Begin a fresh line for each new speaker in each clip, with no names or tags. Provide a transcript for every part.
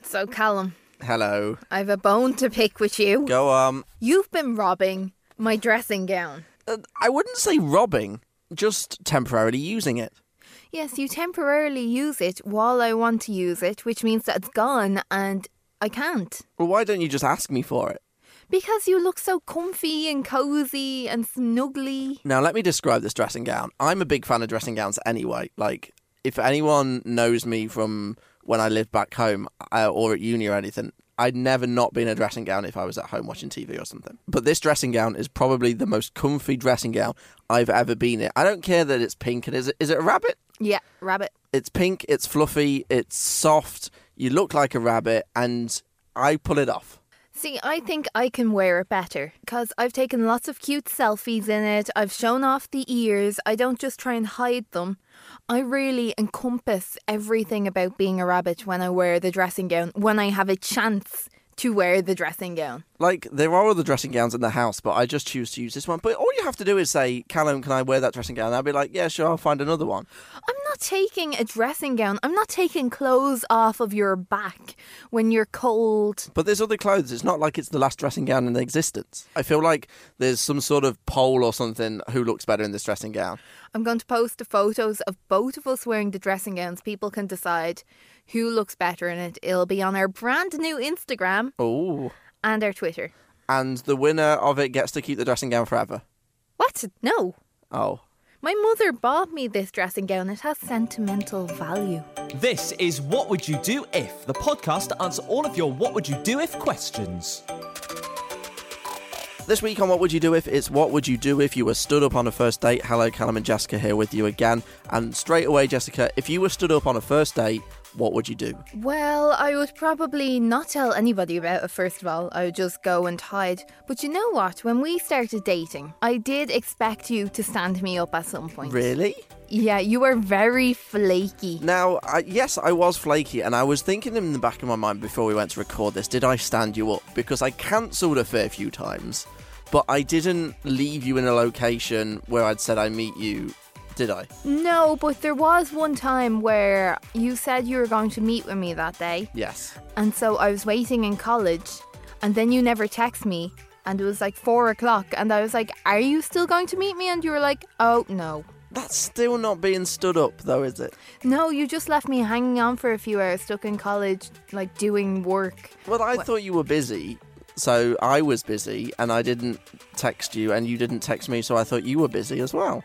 So, Callum,
Hello.
I've a bone to pick with you.
Go on.
You've been robbing my dressing gown.
Uh, I wouldn't say robbing, just temporarily using it.
Yes, you temporarily use it while I want to use it, which means that it's gone and I can't.
Well, why don't you just ask me for it?
Because you look so comfy and cozy and snuggly.
Now, let me describe this dressing gown. I'm a big fan of dressing gowns anyway. Like, if anyone knows me from when I lived back home uh, or at uni or anything, I'd never not been in a dressing gown if I was at home watching TV or something. But this dressing gown is probably the most comfy dressing gown I've ever been in. I don't care that it's pink. And is it, is it a rabbit?
Yeah, rabbit.
It's pink, it's fluffy, it's soft. You look like a rabbit, and I pull it off.
See, I think I can wear it better because I've taken lots of cute selfies in it. I've shown off the ears. I don't just try and hide them. I really encompass everything about being a rabbit when I wear the dressing gown, when I have a chance to wear the dressing gown.
Like there are other dressing gowns in the house, but I just choose to use this one. But all you have to do is say, "Callum, can I wear that dressing gown?" And I'll be like, "Yeah, sure, I'll find another one."
I'm not taking a dressing gown, I'm not taking clothes off of your back when you're cold.
But there's other clothes. It's not like it's the last dressing gown in existence. I feel like there's some sort of poll or something who looks better in this dressing gown.
I'm going to post the photos of both of us wearing the dressing gowns. People can decide who looks better in it. It'll be on our brand new Instagram
Oh,
and our Twitter.
and the winner of it gets to keep the dressing gown forever.
What? No.
Oh,
My mother bought me this dressing gown. It has sentimental value.
This is What Would You Do If, the podcast to answer all of your What Would You Do If questions.
This week on What Would You Do If, it's What Would You Do If You Were Stood Up on a First Date. Hello, Callum and Jessica here with you again. And straight away, Jessica, if you were stood up on a first date, what would you do?
Well, I would probably not tell anybody about it, first of all. I would just go and hide. But you know what? When we started dating, I did expect you to stand me up at some point.
Really?
Yeah, you were very flaky.
Now, I, yes, I was flaky, and I was thinking in the back of my mind before we went to record this did I stand you up? Because I cancelled a fair few times, but I didn't leave you in a location where I'd said I meet you, did I?
No, but there was one time where you said you were going to meet with me that day.
Yes.
And so I was waiting in college, and then you never text me. And it was like four o'clock, and I was like, Are you still going to meet me? And you were like, Oh, no.
That's still not being stood up, though, is it?
No, you just left me hanging on for a few hours, stuck in college, like doing work.
Well, I thought you were busy, so I was busy, and I didn't text you, and you didn't text me, so I thought you were busy as well.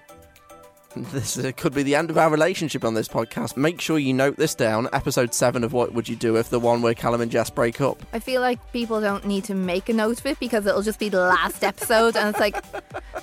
This uh, could be the end of our relationship on this podcast. Make sure you note this down. Episode 7 of What Would You Do If, the one where Callum and Jess break up.
I feel like people don't need to make a note of it because it'll just be the last episode, and it's like,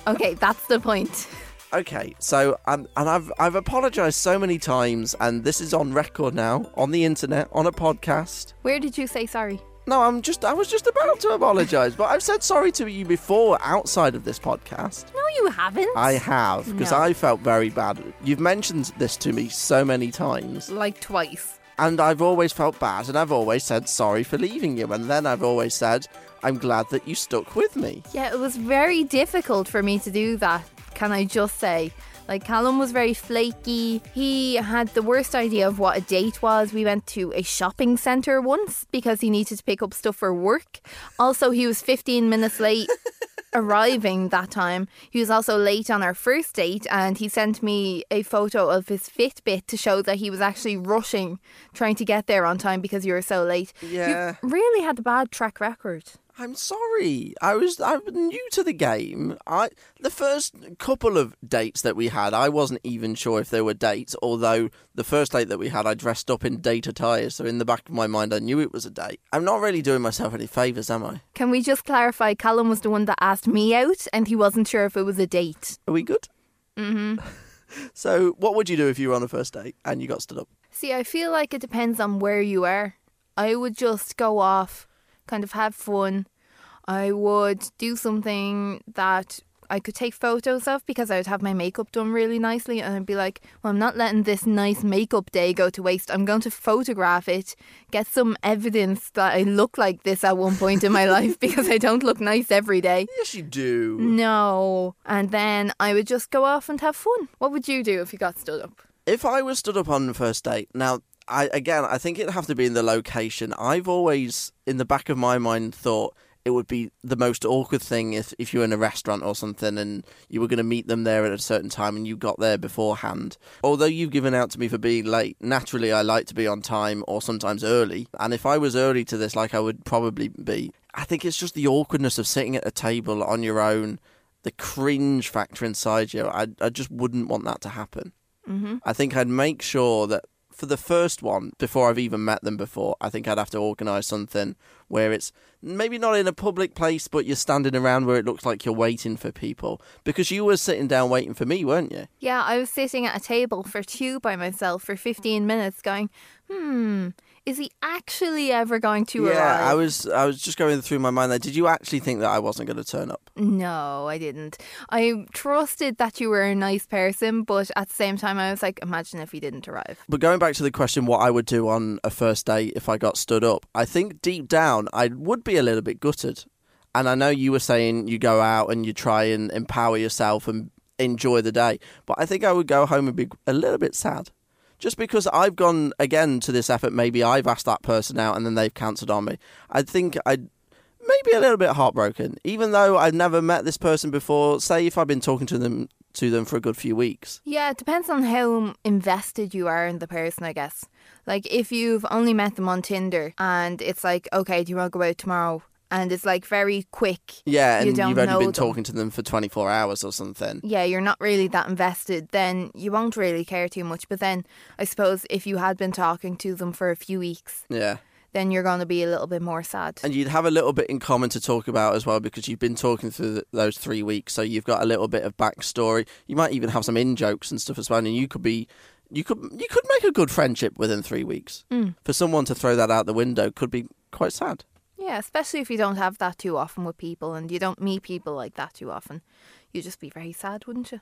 Okay, that's the point.
Okay, so, um, and I've, I've apologised so many times, and this is on record now, on the internet, on a podcast.
Where did you say sorry?
No, I'm just, I was just about to apologise, but I've said sorry to you before outside of this podcast.
No, you haven't.
I have, because
No.
I felt very bad. You've mentioned this to me so many times,
Like twice.
and I've always felt bad, and I've always said sorry for leaving you, and then I've always said, I'm glad that you stuck with me.
Yeah, it was very difficult for me to do that, can I just say? Like, Callum was very flaky. He had the worst idea of what a date was. We went to a shopping centre once because he needed to pick up stuff for work. Also, he was 15 minutes late arriving that time. He was also late on our first date and he sent me a photo of his Fitbit to show that he was actually rushing, trying to get there on time because you were so late.
Yeah.
You really had a bad track record.
I'm sorry. I was I'm new to the game. I the first couple of dates that we had, I wasn't even sure if they were dates, although the first date that we had, I dressed up in date attire, so in the back of my mind I knew it was a date. I'm not really doing myself any favors, am I?
Can we just clarify? Callum was the one that asked me out, and he wasn't sure if it was a date.
Are we good? Mm-hmm. so, what would you do if you were on a first date and you got stood up?
See, I feel like it depends on where you are. I would just go off, kind of have fun. I would do something that I could take photos of because I would have my makeup done really nicely, and I'd be like, well, I'm not letting this nice makeup day go to waste. I'm going to photograph it, get some evidence that I look like this at one point in my life because I don't look nice every day.
Yes, you do.
No. And then I would just go off and have fun. What would you do if you got stood up?
If I was stood up on the first date, now I again, I think it'd have to be in the location. I've always, in the back of my mind, thought it would be the most awkward thing if if you were in a restaurant or something and you were going to meet them there at a certain time and you got there beforehand. Although you've given out to me for being late, naturally I like to be on time or sometimes early. And if I was early to this, like I would probably be, I think it's just the awkwardness of sitting at a table on your own. The cringe factor inside you, I, I just wouldn't want that to happen. I think I'd make sure that for the first one, before I've even met them before, I think I'd have to organise something where it's maybe not in a public place, but you're standing around where it looks like you're waiting for people. Because you were sitting down waiting for me, weren't you?
Yeah, I was sitting at a table for two by myself for 15 minutes going, hmm, is he actually ever going to arrive?
I was. I was just going through my mind there. Did you actually think that I wasn't going to turn up?
No, I didn't. I trusted that you were a nice person, but at the same time, I was like, imagine if he didn't arrive.
But going back to the question, what I would do on a first date if I got stood up, I think deep down I would be a little bit gutted. And I know you were saying you go out and you try and empower yourself and enjoy the day, but I think I would go home and be a little bit sad. Just because I've gone again to this effort, maybe I've asked that person out and then they've cancelled on me. I think I'd maybe a little bit heartbroken, even though I've never met this person before. Say if I've been talking to them to them for a good few weeks.
Yeah, it depends on how invested you are in the person, I guess. Like, if you've only met them on Tinder and it's like, okay, do you want to go out tomorrow? And it's like very quick.
Yeah, and
you
you
don't
have only
know
been
them.
talking to them for 24 hours or something.
yeah, you're not really that invested, then you won't really care too much. But then I suppose if you had been talking to them for a few weeks,
Yeah.
then you're going to be a little bit more sad.
And you'd have a little bit in common to talk about as well because you've been talking through th those three weeks. So you've got a little bit of backstory. You might even have some in jokes and stuff as well. And you could be. You could you could make a good friendship within three weeks.
Mm.
For someone to throw that out the window could be quite sad.
Yeah, especially if you don't have that too often with people and you don't meet people like that too often. You'd just be very sad, wouldn't you?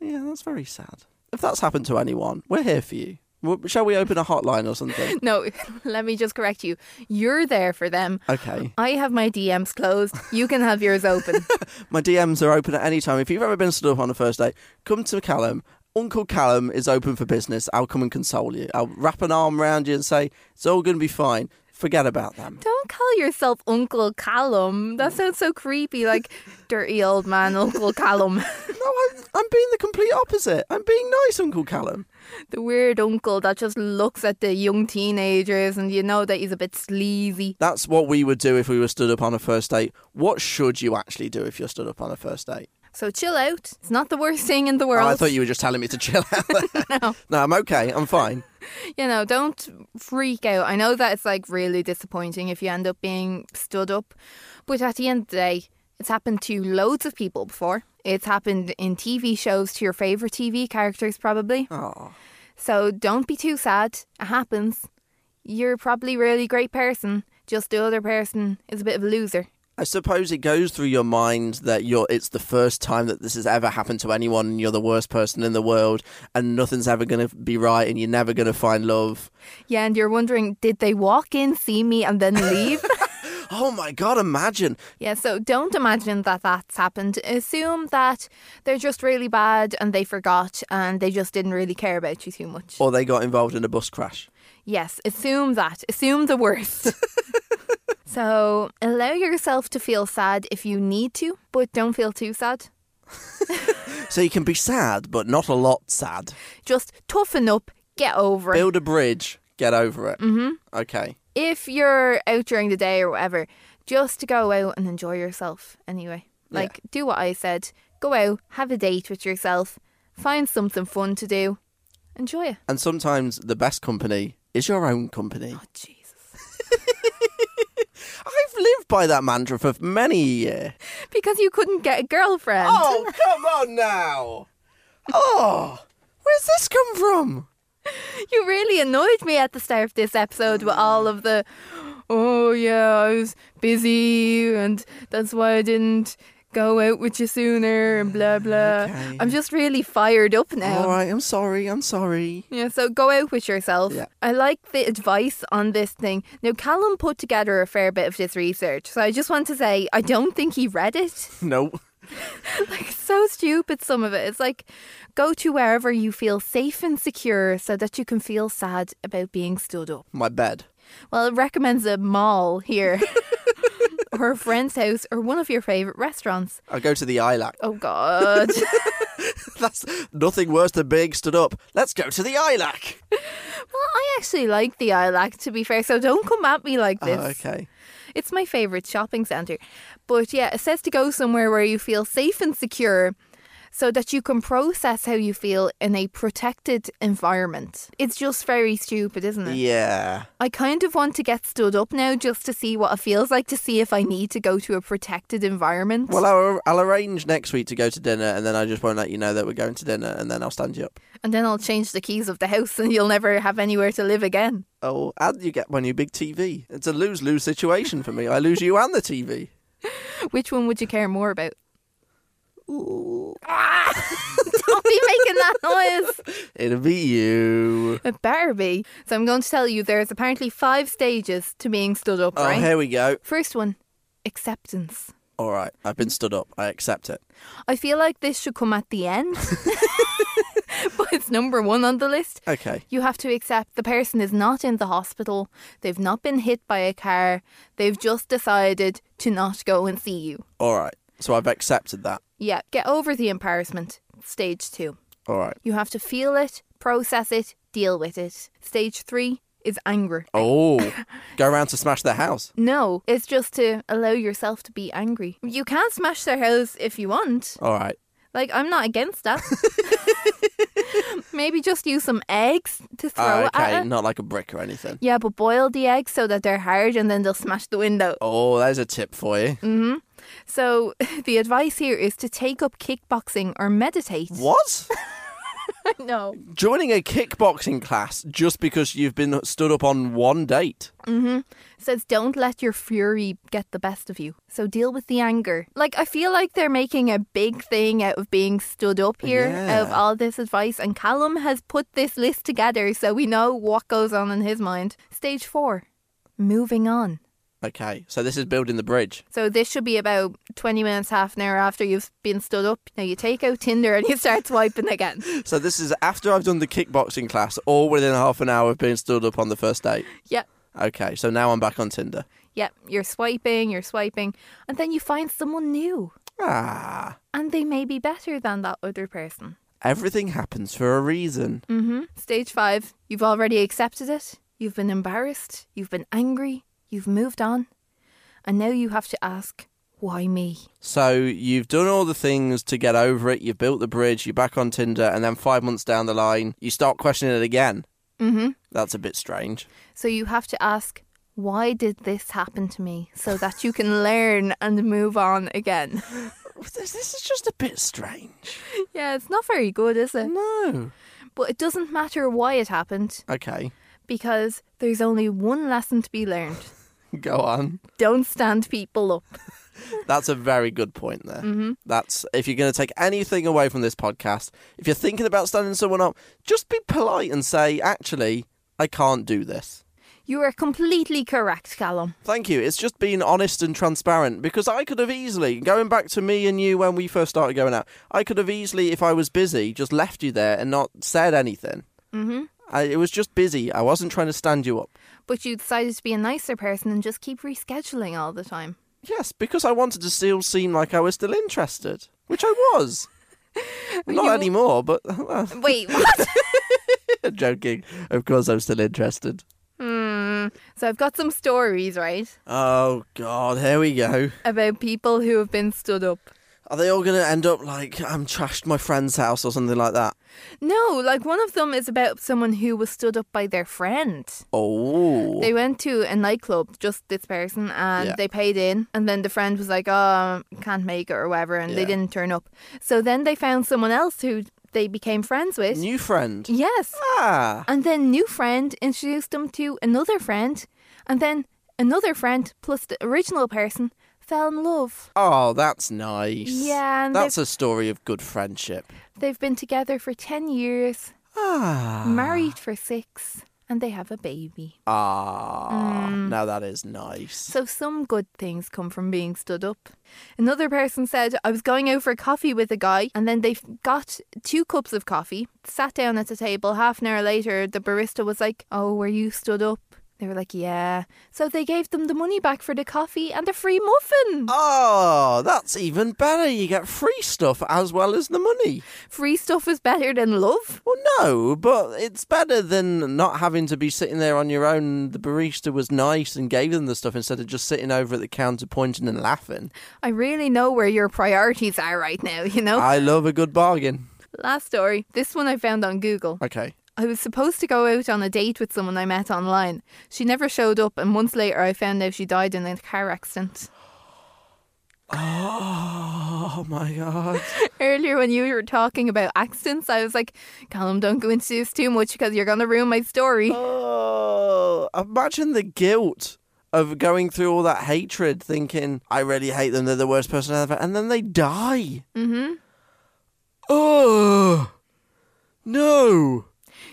Yeah, that's very sad. If that's happened to anyone, we're here for you. W- Shall we open a hotline or something?
No, let me just correct you. You're there for them.
Okay.
I have my DMs closed. You can have yours open.
My DMs are open at any time. If you've ever been stood up on a first date, come to Callum. Uncle Callum is open for business. I'll come and console you. I'll wrap an arm around you and say, it's all going to be fine. Forget about them.
don't call yourself Uncle Callum. That sounds so creepy, like dirty old man Uncle Callum.
No, I'm, I'm being the complete opposite. I'm being nice, Uncle Callum.
the weird uncle that just looks at the young teenagers and you know that he's a bit sleazy.
That's what we would do if we were stood up on a first date. What should you actually do if you're stood up on a first date?
So chill out. It's not the worst thing in the world.
Oh, I thought you were just telling me to chill out. no. no, I'm okay. I'm fine.
you know, don't freak out. I know that it's like really disappointing if you end up being stood up, but at the end of the day, it's happened to loads of people before. It's happened in TV shows to your favourite TV characters, probably.
Oh.
So don't be too sad. It happens. You're probably a really great person. Just the other person is a bit of a loser.
I suppose it goes through your mind that you're it's the first time that this has ever happened to anyone and you're the worst person in the world and nothing's ever going to be right and you're never going to find love.
Yeah, and you're wondering, did they walk in, see me, and then leave?
Oh my god, imagine.
Yeah, so don't imagine that that's happened. Assume that they're just really bad and they forgot and they just didn't really care about you too much.
Or they got involved in a bus crash.
Yes, assume that. Assume the worst. so allow yourself to feel sad if you need to, but don't feel too sad.
So you can be sad but not a lot sad.
Just toughen up, get over it.
Build a bridge, get over it. Mhm. Okay.
If you're out during the day or whatever, just to go out and enjoy yourself anyway.
Yeah.
Like, do what I said go out, have a date with yourself, find something fun to do, enjoy it.
And sometimes the best company is your own company.
Jesus.
I've lived by that mantra for many a year.
Because you couldn't get a girlfriend.
Oh, come on now. Oh, where's this come from?
You really annoyed me at the start of this episode with all of the, oh yeah, I was busy and that's why I didn't go out with you sooner and blah blah.
Okay.
I'm just really fired up now.
All right, I'm sorry. I'm sorry.
Yeah, so go out with yourself.
Yeah.
I like the advice on this thing. Now, Callum put together a fair bit of this research, so I just want to say I don't think he read it.
No.
like so stupid some of it. It's like go to wherever you feel safe and secure so that you can feel sad about being stood up.
My bed.
Well, it recommends a mall here. Or a friend's house, or one of your favourite restaurants.
I go to the ILAC.
Oh, God.
That's nothing worse than being stood up. Let's go to the ILAC.
Well, I actually like the ILAC, to be fair, so don't come at me like
Oh,
this.
okay.
It's my favourite shopping centre. But yeah, it says to go somewhere where you feel safe and secure so that you can process how you feel in a protected environment. It's just very stupid, isn't it?
Yeah.
I kind of want to get stood up now just to see what it feels like to see if I need to go to a protected environment.
Well, I'll, I'll arrange next week to go to dinner, and then I just won't let you know that we're going to dinner, and then I'll stand you up.
and then I'll change the keys of the house and you'll never have anywhere to live again.
Oh, and you get my new big TV. It's a lose lose situation for me. I lose you and the TV.
Which one would you care more about? Ah! Don't be making that noise.
It'll be you.
It better be. So I'm going to tell you there's apparently five stages to being stood up,
Oh,
right?
here we go.
First one, acceptance.
All right, I've been stood up. I accept it.
I feel like this should come at the end, but it's number one on the list.
Okay.
You have to accept the person is not in the hospital, they've not been hit by a car, they've just decided to not go and see you.
All right. So I've accepted that.
Yeah, get over the embarrassment. Stage two.
All right.
You have to feel it, process it, deal with it. Stage three is anger.
Oh, go around to smash their house.
No, it's just to allow yourself to be angry. You can smash their house if you want.
All right.
Like, I'm not against that. Maybe just use some eggs to throw
Ah,
at
okay,
it.
not like a brick or anything.
Yeah, but boil the eggs so that they're hard and then they'll smash the window.
Oh, there's a tip for you.
Mm. So, the advice here is to take up kickboxing or meditate.
What?
no.
Joining a kickboxing class just because you've been stood up on one date.
says don't let your fury get the best of you. So deal with the anger. Like I feel like they're making a big thing out of being stood up here
Yeah.
out of all this advice and Callum has put this list together so we know what goes on in his mind. Stage 4. Moving on.
Okay, so this is building the bridge.
So this should be about 20 minutes half an hour after you've been stood up. Now you take out Tinder and you start swiping again.
So this is after I've done the kickboxing class, all within half an hour of being stood up on the first date.
Yep.
Okay, so now I'm back on Tinder.
Yep, you're swiping, you're swiping, and then you find someone new
Ah,
and they may be better than that other person.
everything happens for a reason.
Mm-hmm. Stage five, you've already accepted it. You've been embarrassed. You've been angry. You've moved on. And now you have to ask, why me?
So you've done all the things to get over it. You've built the bridge. You're back on Tinder, and then five months down the line, you start questioning it again.
Mm-hmm.
That's a bit strange.
So you have to ask, why did this happen to me? So that you can learn and move on again.
This, this is just a bit strange.
yeah, it's not very good, is it?
No.
Mm-hmm. But it doesn't matter why it happened
Okay,
because there's only one lesson to be learned.
go on.
Don't stand people up.
That's a very good point there. That's if you're going to take anything away from this podcast, if you're thinking about standing someone up, just be polite and say, "Actually, I can't do this."
You are completely correct, Callum.
Thank you. It's just being honest and transparent because I could have easily, going back to me and you when we first started going out, I could have easily, if I was busy, just left you there and not said anything. Mm-hmm. I, it was just busy. I wasn't trying to stand you up.
But you decided to be a nicer person and just keep rescheduling all the time.
Yes, because I wanted to still seem like I was still interested, which I was. Not
You-
anymore, but
Wait, what?
joking. Of course, I'm still interested.
Hmm. So I've got some stories, right,
Oh God, here we go.
about people who have been stood up.
Are they all going to end up like I'm trashed my friend's house or something like that?
No, like one of them is about someone who was stood up by their friend.
Oh,
They went to a nightclub, just this person, and
Yeah.
they paid in. And then the friend was like, oh, can't make it or whatever, and they
Yeah.
didn't turn up. So then they found someone else who they became friends with.
new friend.
yes.
Ah,
And then new friend introduced them to another friend, and then another friend plus the original person fell in love.
oh, that's nice.
Yeah, and
that's a story of good friendship.
They've been together for 10 years,
Ah,
married for six, and they have a baby.
Ah,
Mm.
now that is nice.
So some good things come from being stood up. Another person said, I was going out for coffee with a guy, and then they f- got two cups of coffee, sat down at the table. Half an hour later, the barista was like, Oh, were you stood up? They were like, Yeah. So they gave them the money back for the coffee and a free muffin.
Oh, that's even better. You get free stuff as well as the money.
Free stuff is better than love.
Well, no, but it's better than not having to be sitting there on your own. The barista was nice and gave them the stuff instead of just sitting over at the counter pointing and laughing.
I really know where your priorities are right now, you know?
I love a good bargain.
Last story. This one I found on Google.
Okay.
I was supposed to go out on a date with someone I met online. She never showed up, and months later, I found out she died in a car accident.
Oh my god.
Earlier, when you were talking about accidents, I was like, Callum, don't go into this too much because you're going to ruin my story.
Oh, imagine the guilt of going through all that hatred, thinking I really hate them. They're the worst person ever, and then they die. Mm-hmm. Oh no.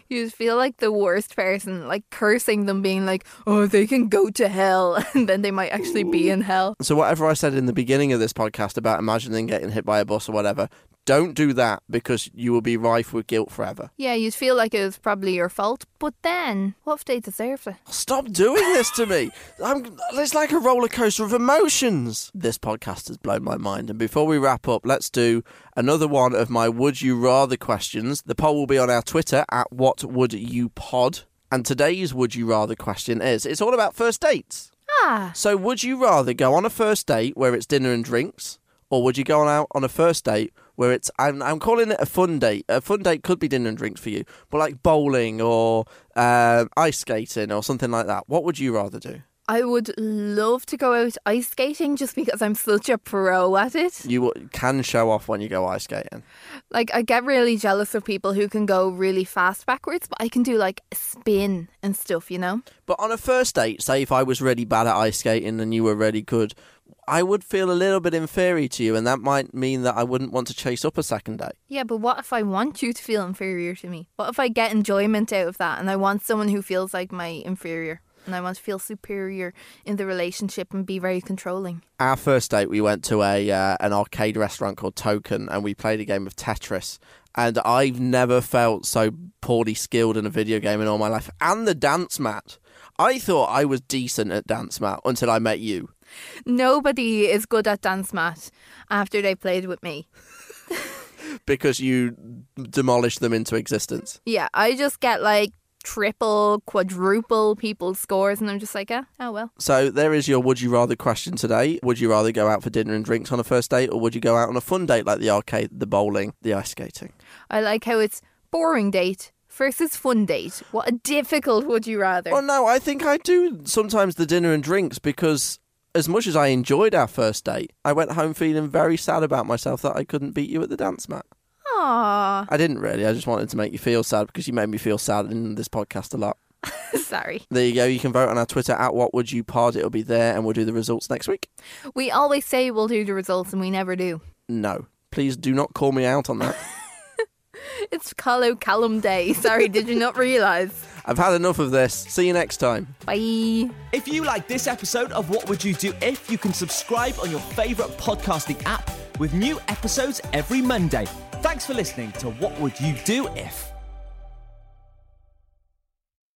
You just feel like the worst person, like cursing them, being like, oh, they can go to hell, and then they might actually be in hell.
So whatever I said in the beginning of this podcast about imagining getting hit by a bus or whatever, don't do that because you will be rife with guilt forever.
Yeah, you'd feel like it was probably your fault, but then, what if they deserved it?
Stop doing this to me. I'm, it's like a roller coaster of emotions. This podcast has blown my mind. And before we wrap up, let's do another one of my Would You Rather questions. The poll will be on our Twitter at What Would You Pod. And today's Would You Rather question is it's all about first dates.
Ah,
So, would you rather go on a first date where it's dinner and drinks, or would you go on out on a first date where it's I'm, I'm calling it a fun date. A fun date could be dinner and drinks for you, but like bowling or um ice skating or something like that. What would you rather do?
I would love to go out ice skating just because I'm such a pro at it.
You w- can show off when you go ice skating.
Like, I get really jealous of people who can go really fast backwards, but I can do like a spin and stuff, you know?
But on a first date, say if I was really bad at ice skating and you were really good, I would feel a little bit inferior to you, and that might mean that I wouldn't want to chase up a second date.
Yeah, but what if I want you to feel inferior to me? What if I get enjoyment out of that and I want someone who feels like my inferior and I want to feel superior in the relationship and be very controlling?
our first date, we went to a uh, an arcade restaurant called Token, and we played a game of Tetris. And I've never felt so poorly skilled in a video game in all my life. And the dance mat, I thought I was decent at dance mat until I met you.
Nobody is good at dance mat after they played with me.
Because you demolished them into existence.
Yeah, I just get like triple, quadruple people's scores and I'm just like, yeah, oh well.
So there is your would you rather question today. Would you rather go out for dinner and drinks on a first date, or would you go out on a fun date like the arcade, the bowling, the ice skating?
I like how it's boring date versus fun date. What a difficult would you rather?
Well, Oh, no, I think I do sometimes the dinner and drinks because as much as I enjoyed our first date, I went home feeling very sad about myself that I couldn't beat you at the dance mat.
Aw,
I didn't really. I just wanted to make you feel sad because you made me feel sad in this podcast a lot.
sorry.
There you go. You can vote on our Twitter at What Would You Pod. It'll be there, and we'll do the results next week.
We always say we'll do the results and we never do.
No, please do not call me out on that.
It's Carlo Callum Day. Sorry, did you not realise?
I've had enough of this. See you next time.
Bye.
If you like this episode of What Would You Do If, you can subscribe on your favourite podcasting app with new episodes every Monday. Thanks for listening to What Would You Do If.